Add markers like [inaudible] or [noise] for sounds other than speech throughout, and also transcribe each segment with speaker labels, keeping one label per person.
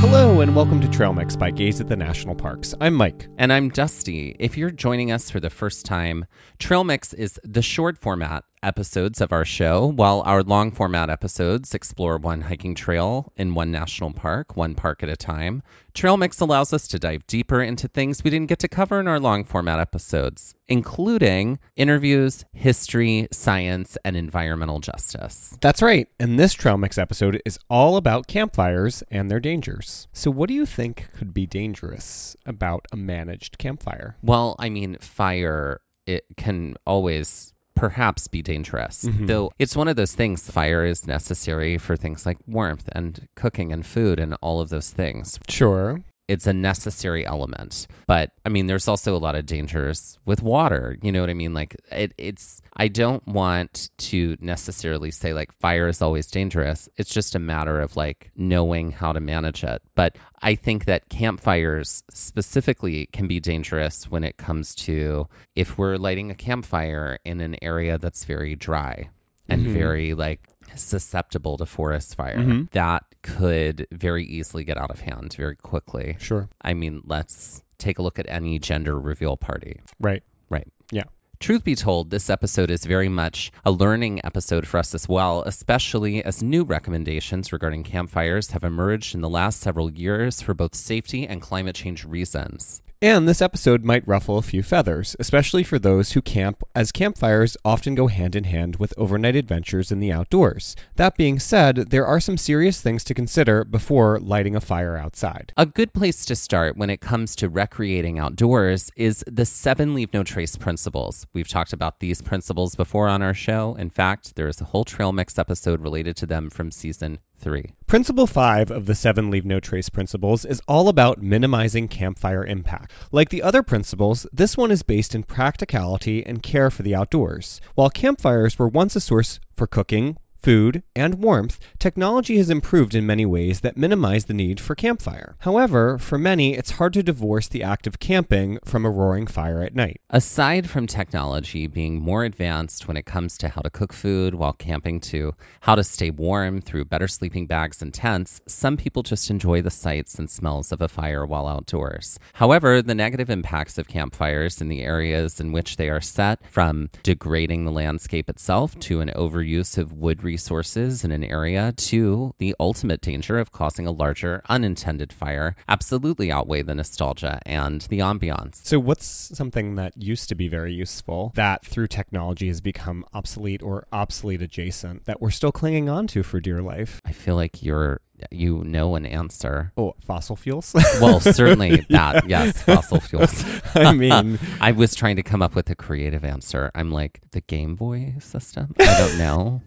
Speaker 1: Hello, and welcome to Trail Mix by Gaze at the National Parks. I'm Mike.
Speaker 2: And I'm Dusty. If you're joining us for the first time, Trail Mix is the short format episodes of our show, while our long format episodes explore one hiking trail in one national park, one park at a time. Trail Mix allows us to dive deeper into things we didn't get to cover in our long format episodes, including interviews, history, science, and environmental justice.
Speaker 1: That's right, and this Trail Mix episode is all about campfires and their dangers. So, what do you think could be dangerous about a managed campfire?
Speaker 2: Well, I mean, fire it can always perhaps be dangerous. Though it's one of those things fire is necessary for things like warmth and cooking and food and all of those things.
Speaker 1: Sure.
Speaker 2: It's a necessary element. But I mean there's also a lot of dangers with water, you know what I mean? Like it it's I don't want to necessarily say like fire is always dangerous. It's just a matter of like knowing how to manage it. But I think that campfires specifically can be dangerous when it comes to if we're lighting a campfire in an area that's very dry and very like susceptible to forest fire, that could very easily get out of hand very quickly.
Speaker 1: Sure.
Speaker 2: I mean, let's take a look at any gender reveal party.
Speaker 1: Right.
Speaker 2: Right.
Speaker 1: Yeah.
Speaker 2: Truth be told, this episode is very much a learning episode for us as well, especially as new recommendations regarding campfires have emerged in the last several years for both safety and climate change reasons.
Speaker 1: And this episode might ruffle a few feathers, especially for those who camp, as campfires often go hand in hand with overnight adventures in the outdoors. That being said, there are some serious things to consider before lighting a fire outside.
Speaker 2: A good place to start when it comes to recreating outdoors is the seven leave no trace principles. We've talked about these principles before on our show. In fact, there is a whole trail mix episode related to them from season three.
Speaker 1: Principle 5 of the 7 Leave No Trace principles is all about minimizing campfire impact. Like the other principles, this one is based in practicality and care for the outdoors. While campfires were once a source for cooking, food, and warmth, technology has improved in many ways that minimize the need for campfire. However, for many, it's hard to divorce the act of camping from a roaring fire at night.
Speaker 2: Aside from technology being more advanced when it comes to how to cook food while camping, to how to stay warm through better sleeping bags and tents, some people just enjoy the sights and smells of a fire while outdoors. However, the negative impacts of campfires in the areas in which they are set, from degrading the landscape itself to an overuse of wood resources in an area to the ultimate danger of causing a larger unintended fire, absolutely outweigh the nostalgia and the ambiance.
Speaker 1: So, what's something that used to be very useful that through technology has become obsolete or obsolete adjacent that we're still clinging on to for dear life?
Speaker 2: I feel like you're you know an answer.
Speaker 1: Oh, fossil fuels? [laughs]
Speaker 2: Well, certainly that. Yes, fossil fuels.
Speaker 1: I mean,
Speaker 2: I was trying to come up with a creative answer. I'm like the Game Boy system. I
Speaker 1: [laughs]
Speaker 2: don't know.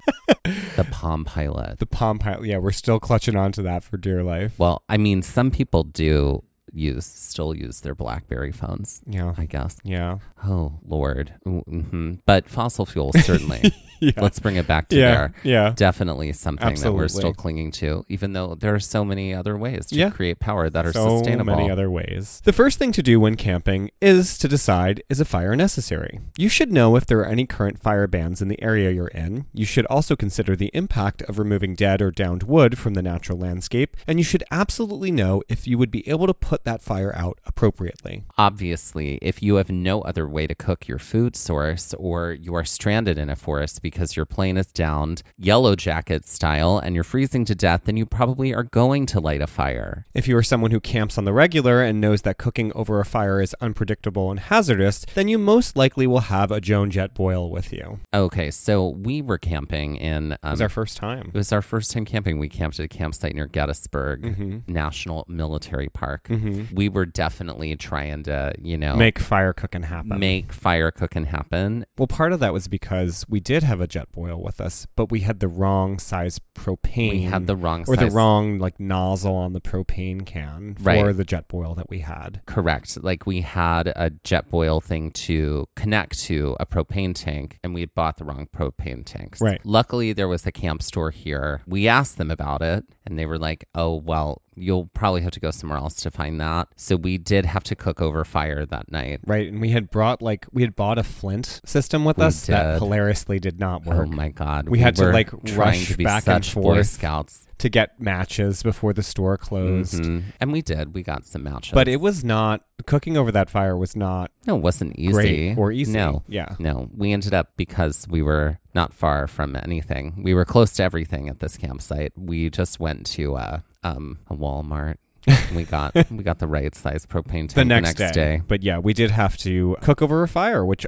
Speaker 2: the Palm Pilot.
Speaker 1: the Palm Pilot. Yeah, we're still clutching on to that for dear life.
Speaker 2: Well, I mean, some people do use still use their BlackBerry phones.
Speaker 1: Yeah.
Speaker 2: I guess.
Speaker 1: Yeah.
Speaker 2: Oh Lord. Mm-hmm. But
Speaker 1: [laughs]
Speaker 2: fossil fuels certainly.
Speaker 1: Yeah.
Speaker 2: Let's bring it back to
Speaker 1: yeah.
Speaker 2: there.
Speaker 1: Yeah.
Speaker 2: Definitely something that we're still
Speaker 1: Absolutely.
Speaker 2: clinging to, even though there are so many other ways to
Speaker 1: Yeah.
Speaker 2: create power that are
Speaker 1: so
Speaker 2: sustainable.
Speaker 1: many other ways. The first thing to do when camping is to decide is a fire necessary. You should know if there are any current fire bans in the area you're in. You should also consider the impact of removing dead or downed wood from the natural landscape, and you should absolutely know if you would be able to put that fire out appropriately.
Speaker 2: Obviously, if you have no other way to cook your food source or you are stranded in a forest because your plane is downed, yellow jacket style, and you're freezing to death, then you probably are going to light a fire.
Speaker 1: If you are someone who camps on the regular and knows that cooking over a fire is unpredictable and hazardous, then you most likely will have a Joan Jet boil with you.
Speaker 2: Okay, so we were camping in.
Speaker 1: It
Speaker 2: Um,
Speaker 1: was our first time.
Speaker 2: it was our first time camping. We camped at a campsite near Gettysburg
Speaker 1: Mm-hmm.
Speaker 2: National Military Park. We were definitely trying to, you know,
Speaker 1: Make fire cooking happen.
Speaker 2: make fire cooking happen.
Speaker 1: Well, part of that was because we did have a jet boil with us, but we had the wrong size propane.
Speaker 2: We had the wrong
Speaker 1: or the
Speaker 2: size-
Speaker 1: wrong like nozzle on the propane can for
Speaker 2: Right.
Speaker 1: the jet boil that we had.
Speaker 2: Correct. Like we had a Jetboil thing to connect to a propane tank, and we had bought the wrong propane tanks.
Speaker 1: Right.
Speaker 2: Luckily, there was a camp store here. We asked them about it, and they were like, "Oh, well, you'll probably have to go somewhere else to find that." So we did have to cook over fire that night.
Speaker 1: Right, and we had brought like we had bought a flint system with
Speaker 2: We
Speaker 1: us that
Speaker 2: did.
Speaker 1: hilariously did not
Speaker 2: Oh
Speaker 1: work
Speaker 2: my god!
Speaker 1: We had to,
Speaker 2: were
Speaker 1: like,
Speaker 2: trying
Speaker 1: rush
Speaker 2: to be
Speaker 1: back and
Speaker 2: such Boy
Speaker 1: forth.
Speaker 2: Scouts,
Speaker 1: to get matches before the store closed.
Speaker 2: Mhm. and we did. We got some matches,
Speaker 1: But it was not cooking over that fire was not
Speaker 2: no, it wasn't easy
Speaker 1: great or easy.
Speaker 2: No,
Speaker 1: Yeah.
Speaker 2: No, we ended up because we were not far from anything. We were close to everything at this campsite. We just went to a, um,
Speaker 1: [laughs]
Speaker 2: a Walmart. And we got we got the right size propane tank
Speaker 1: the next, day. But yeah, we did have to cook over a fire, which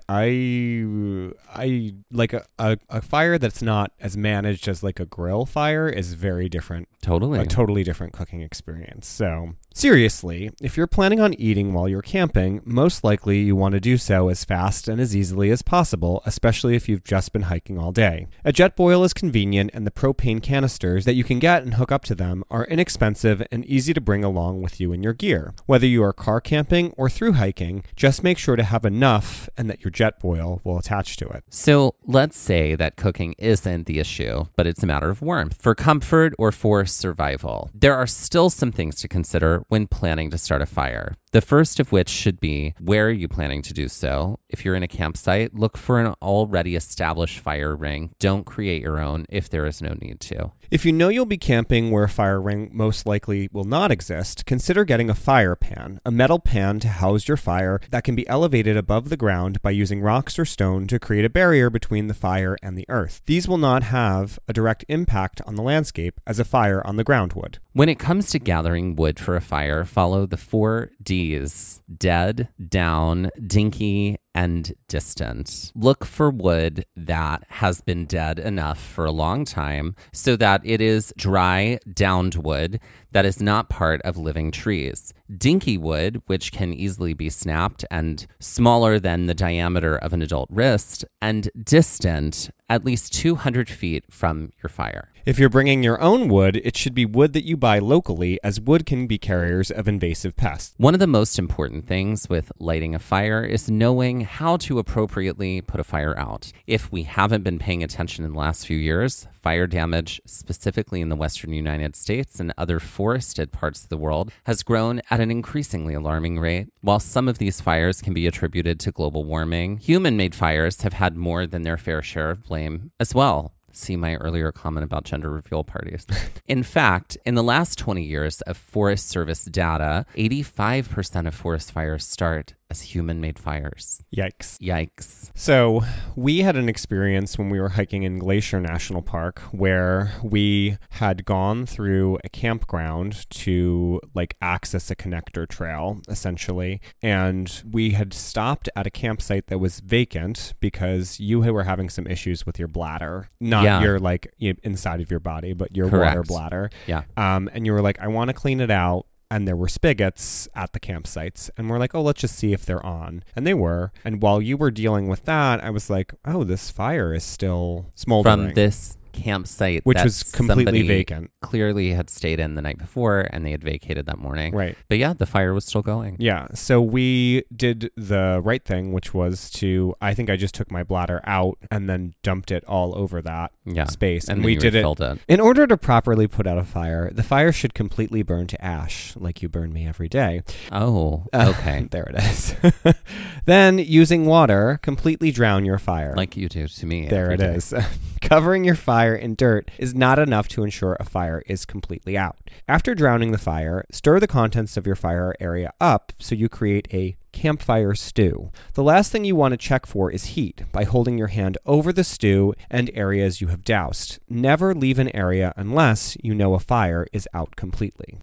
Speaker 1: I I like a, a, a fire that's not as managed as like a grill fire is very different.
Speaker 2: Totally.
Speaker 1: A totally different cooking experience. So, seriously, if you're planning on eating while you're camping, most likely you want to do so as fast and as easily as possible, especially if you've just been hiking all day. A jet boil is convenient, and the propane canisters that you can get and hook up to them are inexpensive and easy to bring along with you in your gear. Whether you are car camping or through hiking, just make sure to have enough and that your jet boil will attach to it.
Speaker 2: so let's say that cooking isn't the issue, but it's a matter of warmth for comfort or for survival. There are still some things to consider when planning to start a fire. The first of which should be where are you planning to do so? If you're in a campsite, look for an already established fire ring. Don't create your own if there is no need to.
Speaker 1: If you know you'll be camping where a fire ring most likely will not exist, consider getting a fire pan, a metal pan to house your fire that can be elevated above the ground by using rocks or stone to create a barrier between the fire and the earth. These will not have a direct impact on the landscape as a fire on the ground would.
Speaker 2: When it comes to gathering wood for a fire, follow the four D's dead, down, dinky, and distant. Look for wood that has been dead enough for a long time so that it is dry, downed wood that is not part of living trees. Dinky wood, which can easily be snapped and smaller than the diameter of an adult wrist, and distant, at least 200 feet from your fire.
Speaker 1: If you're bringing your own wood, it should be wood that you buy locally, as wood can be carriers of invasive pests.
Speaker 2: One of the most important things with lighting a fire is knowing how to appropriately put a fire out. If we haven't been paying attention in the last few years, fire damage, specifically in the western United States and other forested parts of the world, has grown at an increasingly alarming rate. While some of these fires can be attributed to global warming, human made fires have had more than their fair share of blame as well see my earlier comment about gender
Speaker 1: [laughs]
Speaker 2: reveal parties. in fact, in the last 20 years of Forest Service data, 85% of forest fires start as human made fires.
Speaker 1: Yikes.
Speaker 2: Yikes.
Speaker 1: So, we had an experience when we were hiking in Glacier National Park where we had gone through a campground to like access a connector trail essentially. And we had stopped at a campsite that was vacant because you were having some issues with your bladder, not
Speaker 2: Yeah.
Speaker 1: your like y- inside of your body, but your water
Speaker 2: Correct.
Speaker 1: bladder.
Speaker 2: Yeah.
Speaker 1: Um, and you were like, I want to clean it out. And there were spigots at the campsites. And we're like, oh, let's just see if they're on. And they were. And while you were dealing with that, I was like, oh, this fire is still smoldering.
Speaker 2: From this campsite,
Speaker 1: Which
Speaker 2: that
Speaker 1: was completely
Speaker 2: somebody
Speaker 1: vacant.
Speaker 2: Clearly had stayed in the night before, and they had vacated that morning.
Speaker 1: Right.
Speaker 2: But yeah, the fire was still going.
Speaker 1: Yeah. So we did the right thing, which was to, I think I just took my bladder out and then dumped it all over that
Speaker 2: Yeah.
Speaker 1: space.
Speaker 2: And
Speaker 1: And,
Speaker 2: then
Speaker 1: we
Speaker 2: you
Speaker 1: did it. [laughs]
Speaker 2: refilled it.
Speaker 1: In order to properly put out a fire, the fire should completely burn to ash, like you burn me every day.
Speaker 2: Oh,
Speaker 1: Uh,
Speaker 2: okay.
Speaker 1: [laughs] there it is. then, using water, completely drown your fire.
Speaker 2: like you do to me.
Speaker 1: There
Speaker 2: every
Speaker 1: it
Speaker 2: day.
Speaker 1: is. [laughs] Covering your fire in dirt is not enough to ensure a fire is completely out. After drowning the fire, stir the contents of your fire area up so you create a campfire stew. The last thing you want to check for is heat by holding your hand over the stew and areas you have doused. Never leave an area unless you know a fire is out completely.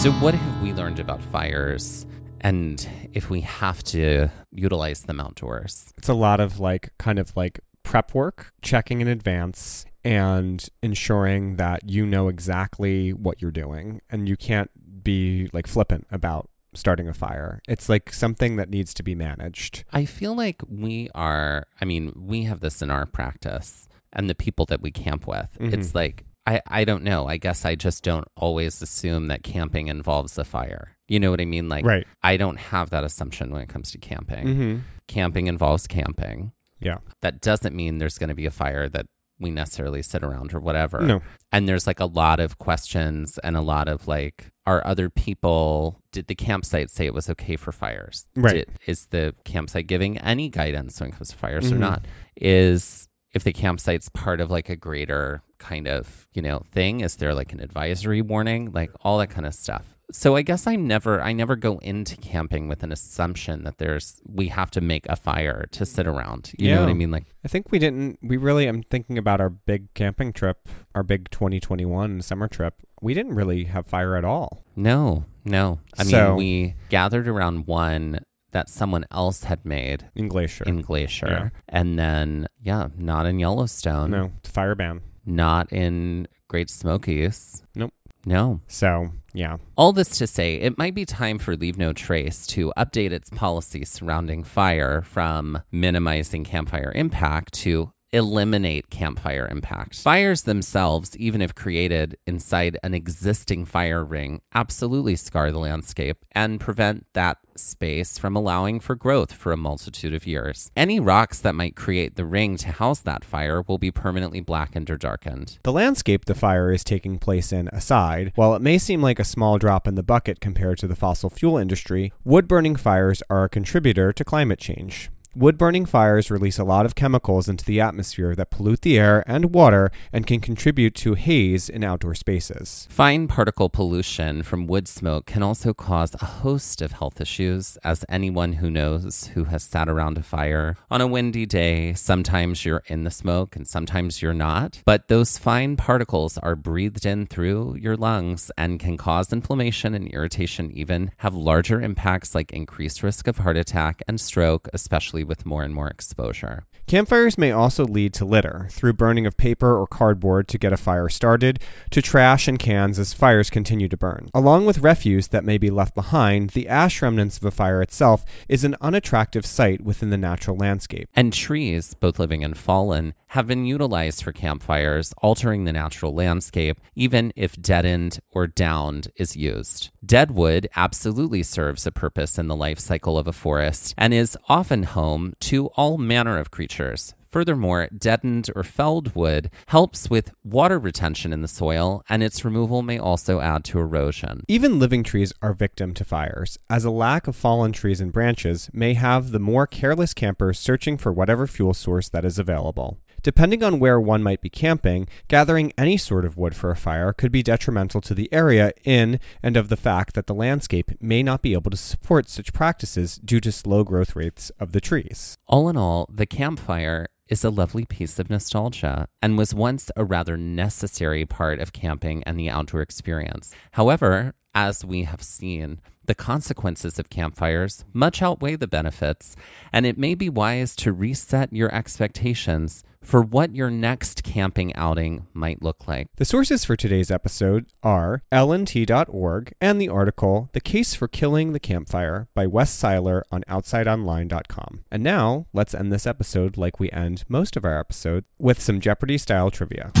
Speaker 2: So, what have we learned about fires and if we have to utilize them outdoors?
Speaker 1: It's a lot of like kind of like prep work, checking in advance and ensuring that you know exactly what you're doing and you can't be like flippant about starting a fire. It's like something that needs to be managed.
Speaker 2: I feel like we are, I mean, we have this in our practice and the people that we camp with.
Speaker 1: Mm-hmm.
Speaker 2: It's like, I, I don't know. I guess I just don't always assume that camping involves a fire. You know what I mean? Like,
Speaker 1: Right.
Speaker 2: I don't have that assumption when it comes to camping.
Speaker 1: Mhm.
Speaker 2: Camping involves camping.
Speaker 1: Yeah.
Speaker 2: That doesn't mean there's going to be a fire that we necessarily sit around or whatever.
Speaker 1: No.
Speaker 2: and there's like a lot of questions and a lot of like are other people did the campsite say it was okay for fires
Speaker 1: Right.
Speaker 2: Did- is the campsite giving any guidance when it comes to fires or
Speaker 1: Mhm.
Speaker 2: not is if the campsite's part of like a greater kind of you know thing is there like an advisory warning like all that kind of stuff so i guess i never i never go into camping with an assumption that there's we have to make a fire to sit around you know
Speaker 1: Yeah.
Speaker 2: what i mean like
Speaker 1: I think we didn't we really I'm thinking about our big camping trip, our big 2021 summer trip. We didn't really have fire at all.
Speaker 2: No, no. I
Speaker 1: So-
Speaker 2: mean, we gathered around one that someone else had made
Speaker 1: In Glacier.
Speaker 2: in Glacier. And then, yeah, not in Yellowstone,
Speaker 1: no, it's a fire ban.
Speaker 2: not in Great Smokies.
Speaker 1: Nope.
Speaker 2: No.
Speaker 1: So, yeah.
Speaker 2: All this to say, it might be time for Leave No Trace to update its policy surrounding fire from minimizing campfire impact to eliminate campfire impact. Fires themselves, even if created inside an existing fire ring, absolutely scar the landscape and prevent that space from allowing for growth for a multitude of years. Any rocks that might create the ring to house that fire will be permanently blackened or darkened.
Speaker 1: The landscape the fire is taking place in aside, while it may seem like a small drop in the bucket compared to the fossil fuel industry, wood burning fires are a contributor to climate change. Wood burning fires release a lot of chemicals into the atmosphere that pollute the air and water and can contribute to haze in outdoor spaces.
Speaker 2: Fine particle pollution from wood smoke can also cause a host of health issues, as anyone who knows who has sat around a fire on a windy day, sometimes you're in the smoke and sometimes you're not. But those fine particles are breathed in through your lungs and can cause inflammation and irritation, even have larger impacts like increased risk of heart attack and stroke, especially with more and more exposure.
Speaker 1: Campfires may also lead to litter through burning of paper or cardboard to get a fire started, to trash and cans as fires continue to burn. Along with refuse that may be left behind, the ash remnants of a fire itself is an unattractive sight within the natural landscape.
Speaker 2: And trees, both living and fallen, have been utilized for campfires, altering the natural landscape, even if deadened or downed is used. Deadwood absolutely serves a purpose in the life cycle of a forest and is often home to all manner of creatures. Furthermore, deadened or felled wood helps with water retention in the soil, and its removal may also add to erosion.
Speaker 1: Even living trees are victim to fires, as a lack of fallen trees and branches may have the more careless campers searching for whatever fuel source that is available. Depending on where one might be camping, gathering any sort of wood for a fire could be detrimental to the area in and of the fact that the landscape may not be able to support such practices due to slow growth rates of the trees.
Speaker 2: All in all, the campfire is a lovely piece of nostalgia and was once a rather necessary part of camping and the outdoor experience. However, as we have seen, the consequences of campfires much outweigh the benefits, and it may be wise to reset your expectations for what your next camping outing might look like.
Speaker 1: The sources for today's episode are lnt.org and the article The Case for Killing the Campfire by Wes Seiler on OutsideOnline.com. And now, let's end this episode like we end most of our episodes with some Jeopardy style trivia.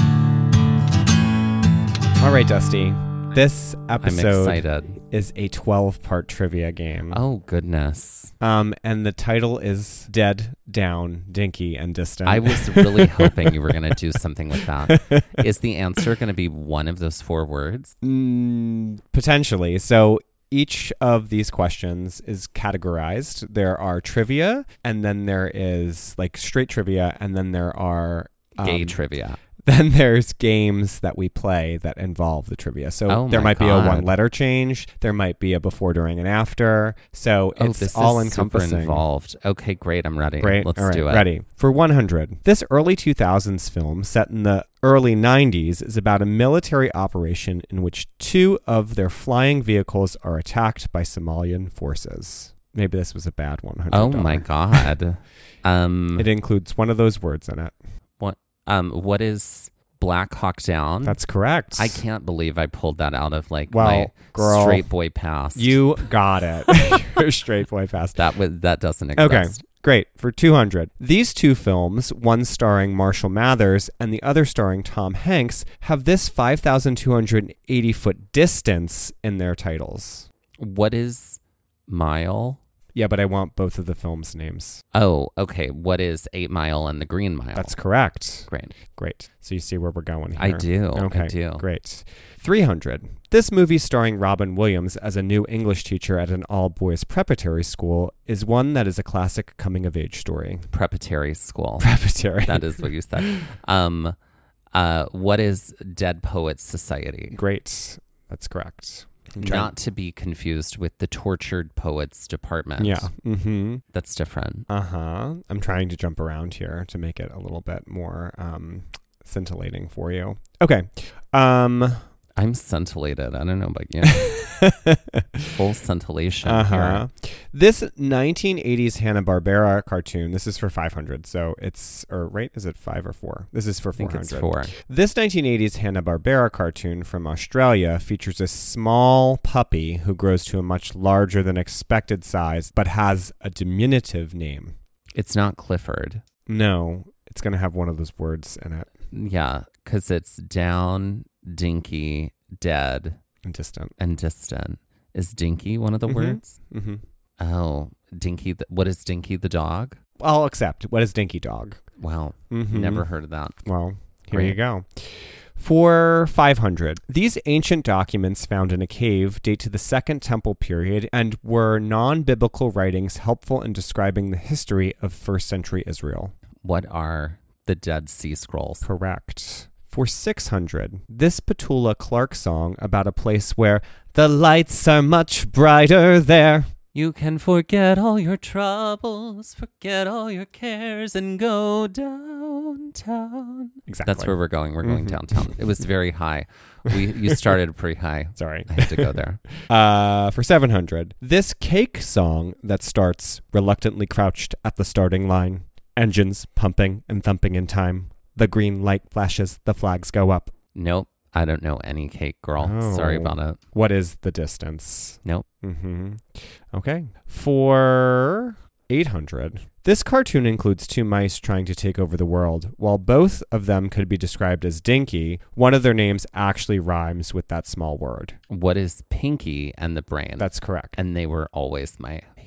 Speaker 1: All right, Dusty. This
Speaker 2: I'm
Speaker 1: episode
Speaker 2: excited.
Speaker 1: is a 12 part trivia game.
Speaker 2: Oh, goodness.
Speaker 1: Um, and the title is Dead, Down, Dinky, and Distant. [laughs]
Speaker 2: I was really hoping you were going to do something with that. Is the answer going to be one of those four words?
Speaker 1: Mm, potentially. So each of these questions is categorized. There are trivia, and then there is like straight trivia, and then there are um,
Speaker 2: Gay trivia.
Speaker 1: [laughs] Then there's games that we play that involve the trivia. So
Speaker 2: Oh
Speaker 1: there
Speaker 2: my
Speaker 1: might be a
Speaker 2: God.
Speaker 1: one letter change. There might be a before, during, and after. So
Speaker 2: Oh,
Speaker 1: it's
Speaker 2: this
Speaker 1: all
Speaker 2: is super
Speaker 1: encompassing.
Speaker 2: involved. Okay, great. I'm ready.
Speaker 1: Great.
Speaker 2: Let's
Speaker 1: All right,
Speaker 2: do it.
Speaker 1: Ready for 100. This early 2000s film set in the early 90s is about a military operation in which two of their flying vehicles are attacked by Somalian forces. Maybe this was a bad 100.
Speaker 2: Oh my god. um
Speaker 1: It includes one of those words in it.
Speaker 2: um what is Black Hawk Down?
Speaker 1: That's correct.
Speaker 2: Mm. I can't believe I pulled that out of like
Speaker 1: Well,
Speaker 2: my
Speaker 1: girl,
Speaker 2: straight boy past. [laughs]
Speaker 1: You got it. [laughs] You're straight boy fast.
Speaker 2: that was that doesn't exist.
Speaker 1: Okay. Great. For 200. These two films, one starring Marshall Mathers and the other starring Tom Hanks, have this 5,280 foot distance in their titles.
Speaker 2: What is mile?
Speaker 1: Yeah, but I want both of the films' names.
Speaker 2: Oh, okay. What is eight mile and the green mile?
Speaker 1: That's correct.
Speaker 2: great.
Speaker 1: Great. So you see where we're going here.
Speaker 2: I do.
Speaker 1: Okay.
Speaker 2: I do.
Speaker 1: Great. 300. This movie starring Robin Williams as a new English teacher at an all boys preparatory school is one that is a classic coming of age story. [laughs]
Speaker 2: Preparatory school.
Speaker 1: Preparatory.
Speaker 2: that is what
Speaker 1: [laughs]
Speaker 2: you said. Um uh what is Dead Poets Society?
Speaker 1: Great. That's correct. I'm trying-
Speaker 2: Not to be confused with the Tortured Poets Department.
Speaker 1: Yeah. Mm-hmm.
Speaker 2: That's different.
Speaker 1: Uh huh. I'm trying to jump around here to make it a little bit more um, scintillating for you. Okay. Um, [laughs]
Speaker 2: I'm scintillated. I don't know about you. [laughs] Full scintillation.
Speaker 1: uh huh.
Speaker 2: here.
Speaker 1: This 1980s Hanna Barbera cartoon. This is for 500. So it's or right? Is it five or four? This is for
Speaker 2: I think
Speaker 1: 400.
Speaker 2: it's four.
Speaker 1: This 1980s Hanna Barbera cartoon from Australia features a small puppy who grows to a much larger than expected size, but has a diminutive name.
Speaker 2: It's not Clifford.
Speaker 1: No, it's going to have one of those words in it
Speaker 2: Yeah, because it's down, dinky, dead,
Speaker 1: and distant.
Speaker 2: and distant. Is dinky one of the
Speaker 1: Mhm.
Speaker 2: words?
Speaker 1: Mm-hmm.
Speaker 2: Oh, dinky. The, what is dinky the dog?
Speaker 1: I'll accept. What is Dinky Dog?
Speaker 2: Wow,
Speaker 1: Mm-hmm.
Speaker 2: never heard of that.
Speaker 1: Well, here you
Speaker 2: Great.
Speaker 1: go. For 500, these ancient documents found in a cave date to the Second Temple period and were non biblical writings helpful in describing the history of first century Israel.
Speaker 2: What are the Dead Sea Scrolls?
Speaker 1: Correct. For 600, this Petula Clark song about a place where the lights are much brighter there.
Speaker 2: You can forget all your troubles, forget all your cares, and go downtown.
Speaker 1: Exactly.
Speaker 2: That's where we're going. We're going
Speaker 1: Mhm.
Speaker 2: downtown. It was very high. We you started pretty high.
Speaker 1: Sorry.
Speaker 2: I had to
Speaker 1: [laughs]
Speaker 2: go there.
Speaker 1: Uh, for 700, this cake song that starts reluctantly crouched at the starting line, engines pumping and thumping in time. The green light flashes, the flags go up.
Speaker 2: Nope. I don't know any cake girl. Sorry
Speaker 1: Oh.
Speaker 2: about it.
Speaker 1: What is the distance?
Speaker 2: Nope.
Speaker 1: Mm-hmm. Okay. For 800, this cartoon includes two mice trying to take over the world. While both of them could be described as dinky, one of their names actually rhymes with that small word.
Speaker 2: What is Pinky and the Brain?
Speaker 1: That's correct.
Speaker 2: and they were always my favorite.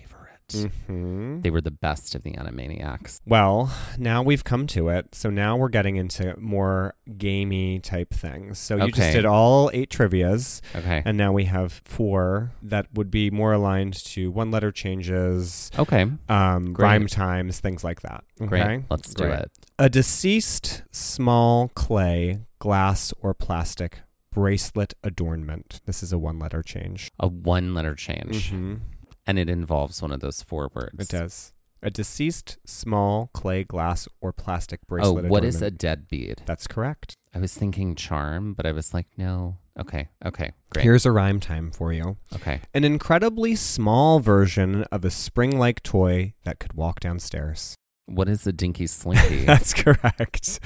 Speaker 1: Mm-hmm.
Speaker 2: They were the best of the Animaniacs.
Speaker 1: Well, now we've come to it. So now we're getting into more gamey type things. So you just
Speaker 2: Okay.
Speaker 1: did all eight trivias,
Speaker 2: Okay.
Speaker 1: and now we have four that would be more aligned to one letter changes,
Speaker 2: Okay.
Speaker 1: um,
Speaker 2: Great.
Speaker 1: rhyme times, things like that. Okay.
Speaker 2: Great. Let's do
Speaker 1: Great.
Speaker 2: it.
Speaker 1: A deceased small clay, glass, or plastic bracelet adornment. This is a one letter change.
Speaker 2: A one letter change. And it involves one of those four words.
Speaker 1: Mm-hmm. It does. A deceased small clay, glass, or plastic
Speaker 2: Oh,
Speaker 1: bracelet
Speaker 2: what is
Speaker 1: adornment.
Speaker 2: a deadbeat?
Speaker 1: That's correct.
Speaker 2: I was thinking charm, but I was like, no. Okay. Okay. Great.
Speaker 1: Here's a rhyme time for you.
Speaker 2: okay.
Speaker 1: An incredibly small version of a spring like toy that could walk downstairs.
Speaker 2: What is a
Speaker 1: [laughs]
Speaker 2: dinky slinky?
Speaker 1: That's correct.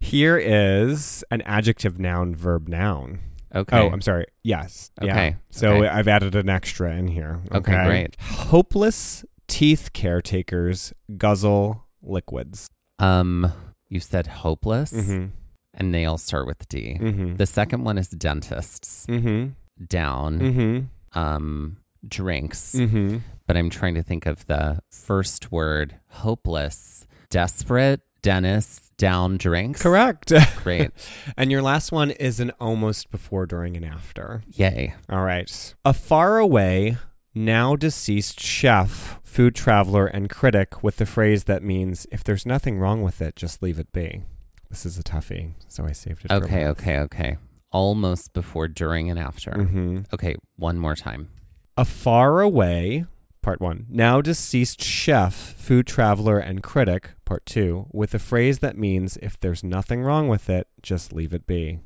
Speaker 1: Here is an adjective noun verb noun.
Speaker 2: Okay.
Speaker 1: Oh, I'm sorry. Yes. Yeah.
Speaker 2: Okay.
Speaker 1: So
Speaker 2: Okay.
Speaker 1: I've added an extra in here.
Speaker 2: Okay, great.
Speaker 1: Hopeless teeth caretakers guzzle liquids.
Speaker 2: um, you said hopeless,
Speaker 1: Mm
Speaker 2: and nails start with D.
Speaker 1: hmm. Mm
Speaker 2: Mm-hmm. The second one is dentists.
Speaker 1: hmm. Mm
Speaker 2: Down.
Speaker 1: hmm.
Speaker 2: Mm-hmm.
Speaker 1: Mm
Speaker 2: Um, drinks.
Speaker 1: hmm. Mm hmm.
Speaker 2: But I'm trying to think of the first word: hopeless, desperate, dentist, down, drinks.
Speaker 1: Correct.
Speaker 2: Great.
Speaker 1: [laughs] and your last one is an almost before, during, and after.
Speaker 2: Yay.
Speaker 1: All right. A faraway, now deceased chef, food traveler, and critic with the phrase that means, if there's nothing wrong with it, just leave it be. This is a toughie, so I saved it.
Speaker 2: Okay. Okay. Okay. Almost before, during, and after.
Speaker 1: Mm-hmm.
Speaker 2: Okay. One more time.
Speaker 1: A faraway, part one, now deceased chef, food traveler, and critic, part two, with a phrase that means, if there's nothing wrong with it, just leave it be.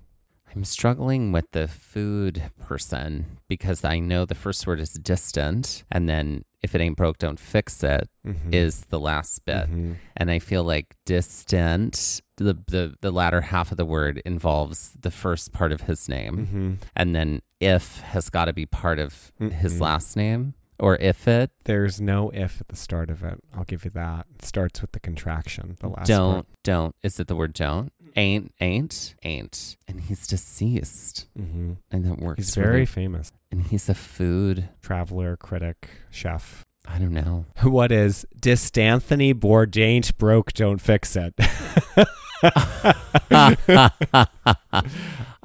Speaker 2: I'm struggling with the food person because I know the first word is distant, and then if it ain't broke, don't fix it
Speaker 1: Mhm.
Speaker 2: is the last bit.
Speaker 1: Mhm.
Speaker 2: And I feel like distant, the, the, the latter half of the word involves the first part of his name.
Speaker 1: Mhm.
Speaker 2: And then if has got to be part of his
Speaker 1: Mhm.
Speaker 2: last name or if it.
Speaker 1: There's no if at the start of it. I'll give you that. It starts with the contraction, the last
Speaker 2: don't,
Speaker 1: part.
Speaker 2: don't. Is it the word don't? Ain't, ain't, ain't. And he's deceased.
Speaker 1: Mm-hmm.
Speaker 2: And that works.
Speaker 1: He's
Speaker 2: really-
Speaker 1: very famous.
Speaker 2: and he's a food.
Speaker 1: Traveler, critic, chef.
Speaker 2: I don't know.
Speaker 1: [laughs] What is Distanthony Bourdain broke? Don't fix it. [laughs] I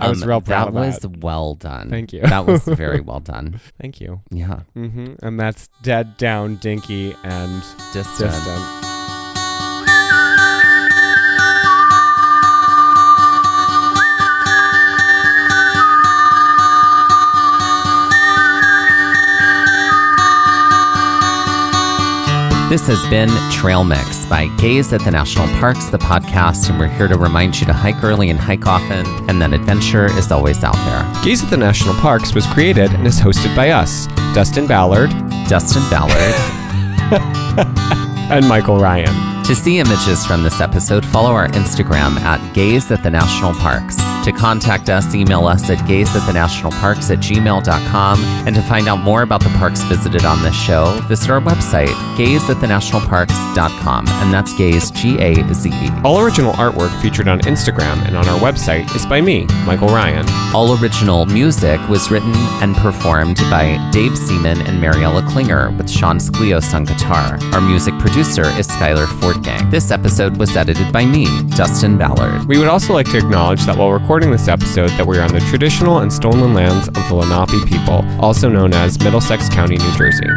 Speaker 1: was
Speaker 2: Um,
Speaker 1: real proud
Speaker 2: that
Speaker 1: of
Speaker 2: was
Speaker 1: that.
Speaker 2: well done.
Speaker 1: Thank you.
Speaker 2: that
Speaker 1: [laughs]
Speaker 2: was very well done.
Speaker 1: Thank you.
Speaker 2: Yeah.
Speaker 1: hmm And that's Dead Down, Dinky, and
Speaker 2: Distant.
Speaker 1: Distant.
Speaker 2: This has been Trail Mix by Gaze at the National Parks, the podcast, and we're here to remind you to hike early and hike often, and that adventure is always out there.
Speaker 1: Gaze at the National Parks was created and is hosted by us, Dustin Ballard
Speaker 2: Dustin Ballard.
Speaker 1: and Michael Ryan.
Speaker 2: to see images from this episode, follow our Instagram at Gaze at the National Parks. To contact us, email us at gaze at the national parks at gmail.com. And to find out more about the parks visited on this show, visit our website, gaze at the national parks.com. And that's gaze, G A Z E.
Speaker 1: All original artwork featured on Instagram and on our website is by me, Michael Ryan.
Speaker 2: All original music was written and performed by Dave Seaman and Mariella Klinger, with Sean Sklios on guitar. Our music producer is Skylar Fortgang. This episode was edited by me, Dustin Ballard.
Speaker 1: We would also like to acknowledge that while recording this episode that we are on the traditional and stolen lands of the Lenape people, also known as Middlesex County, New Jersey.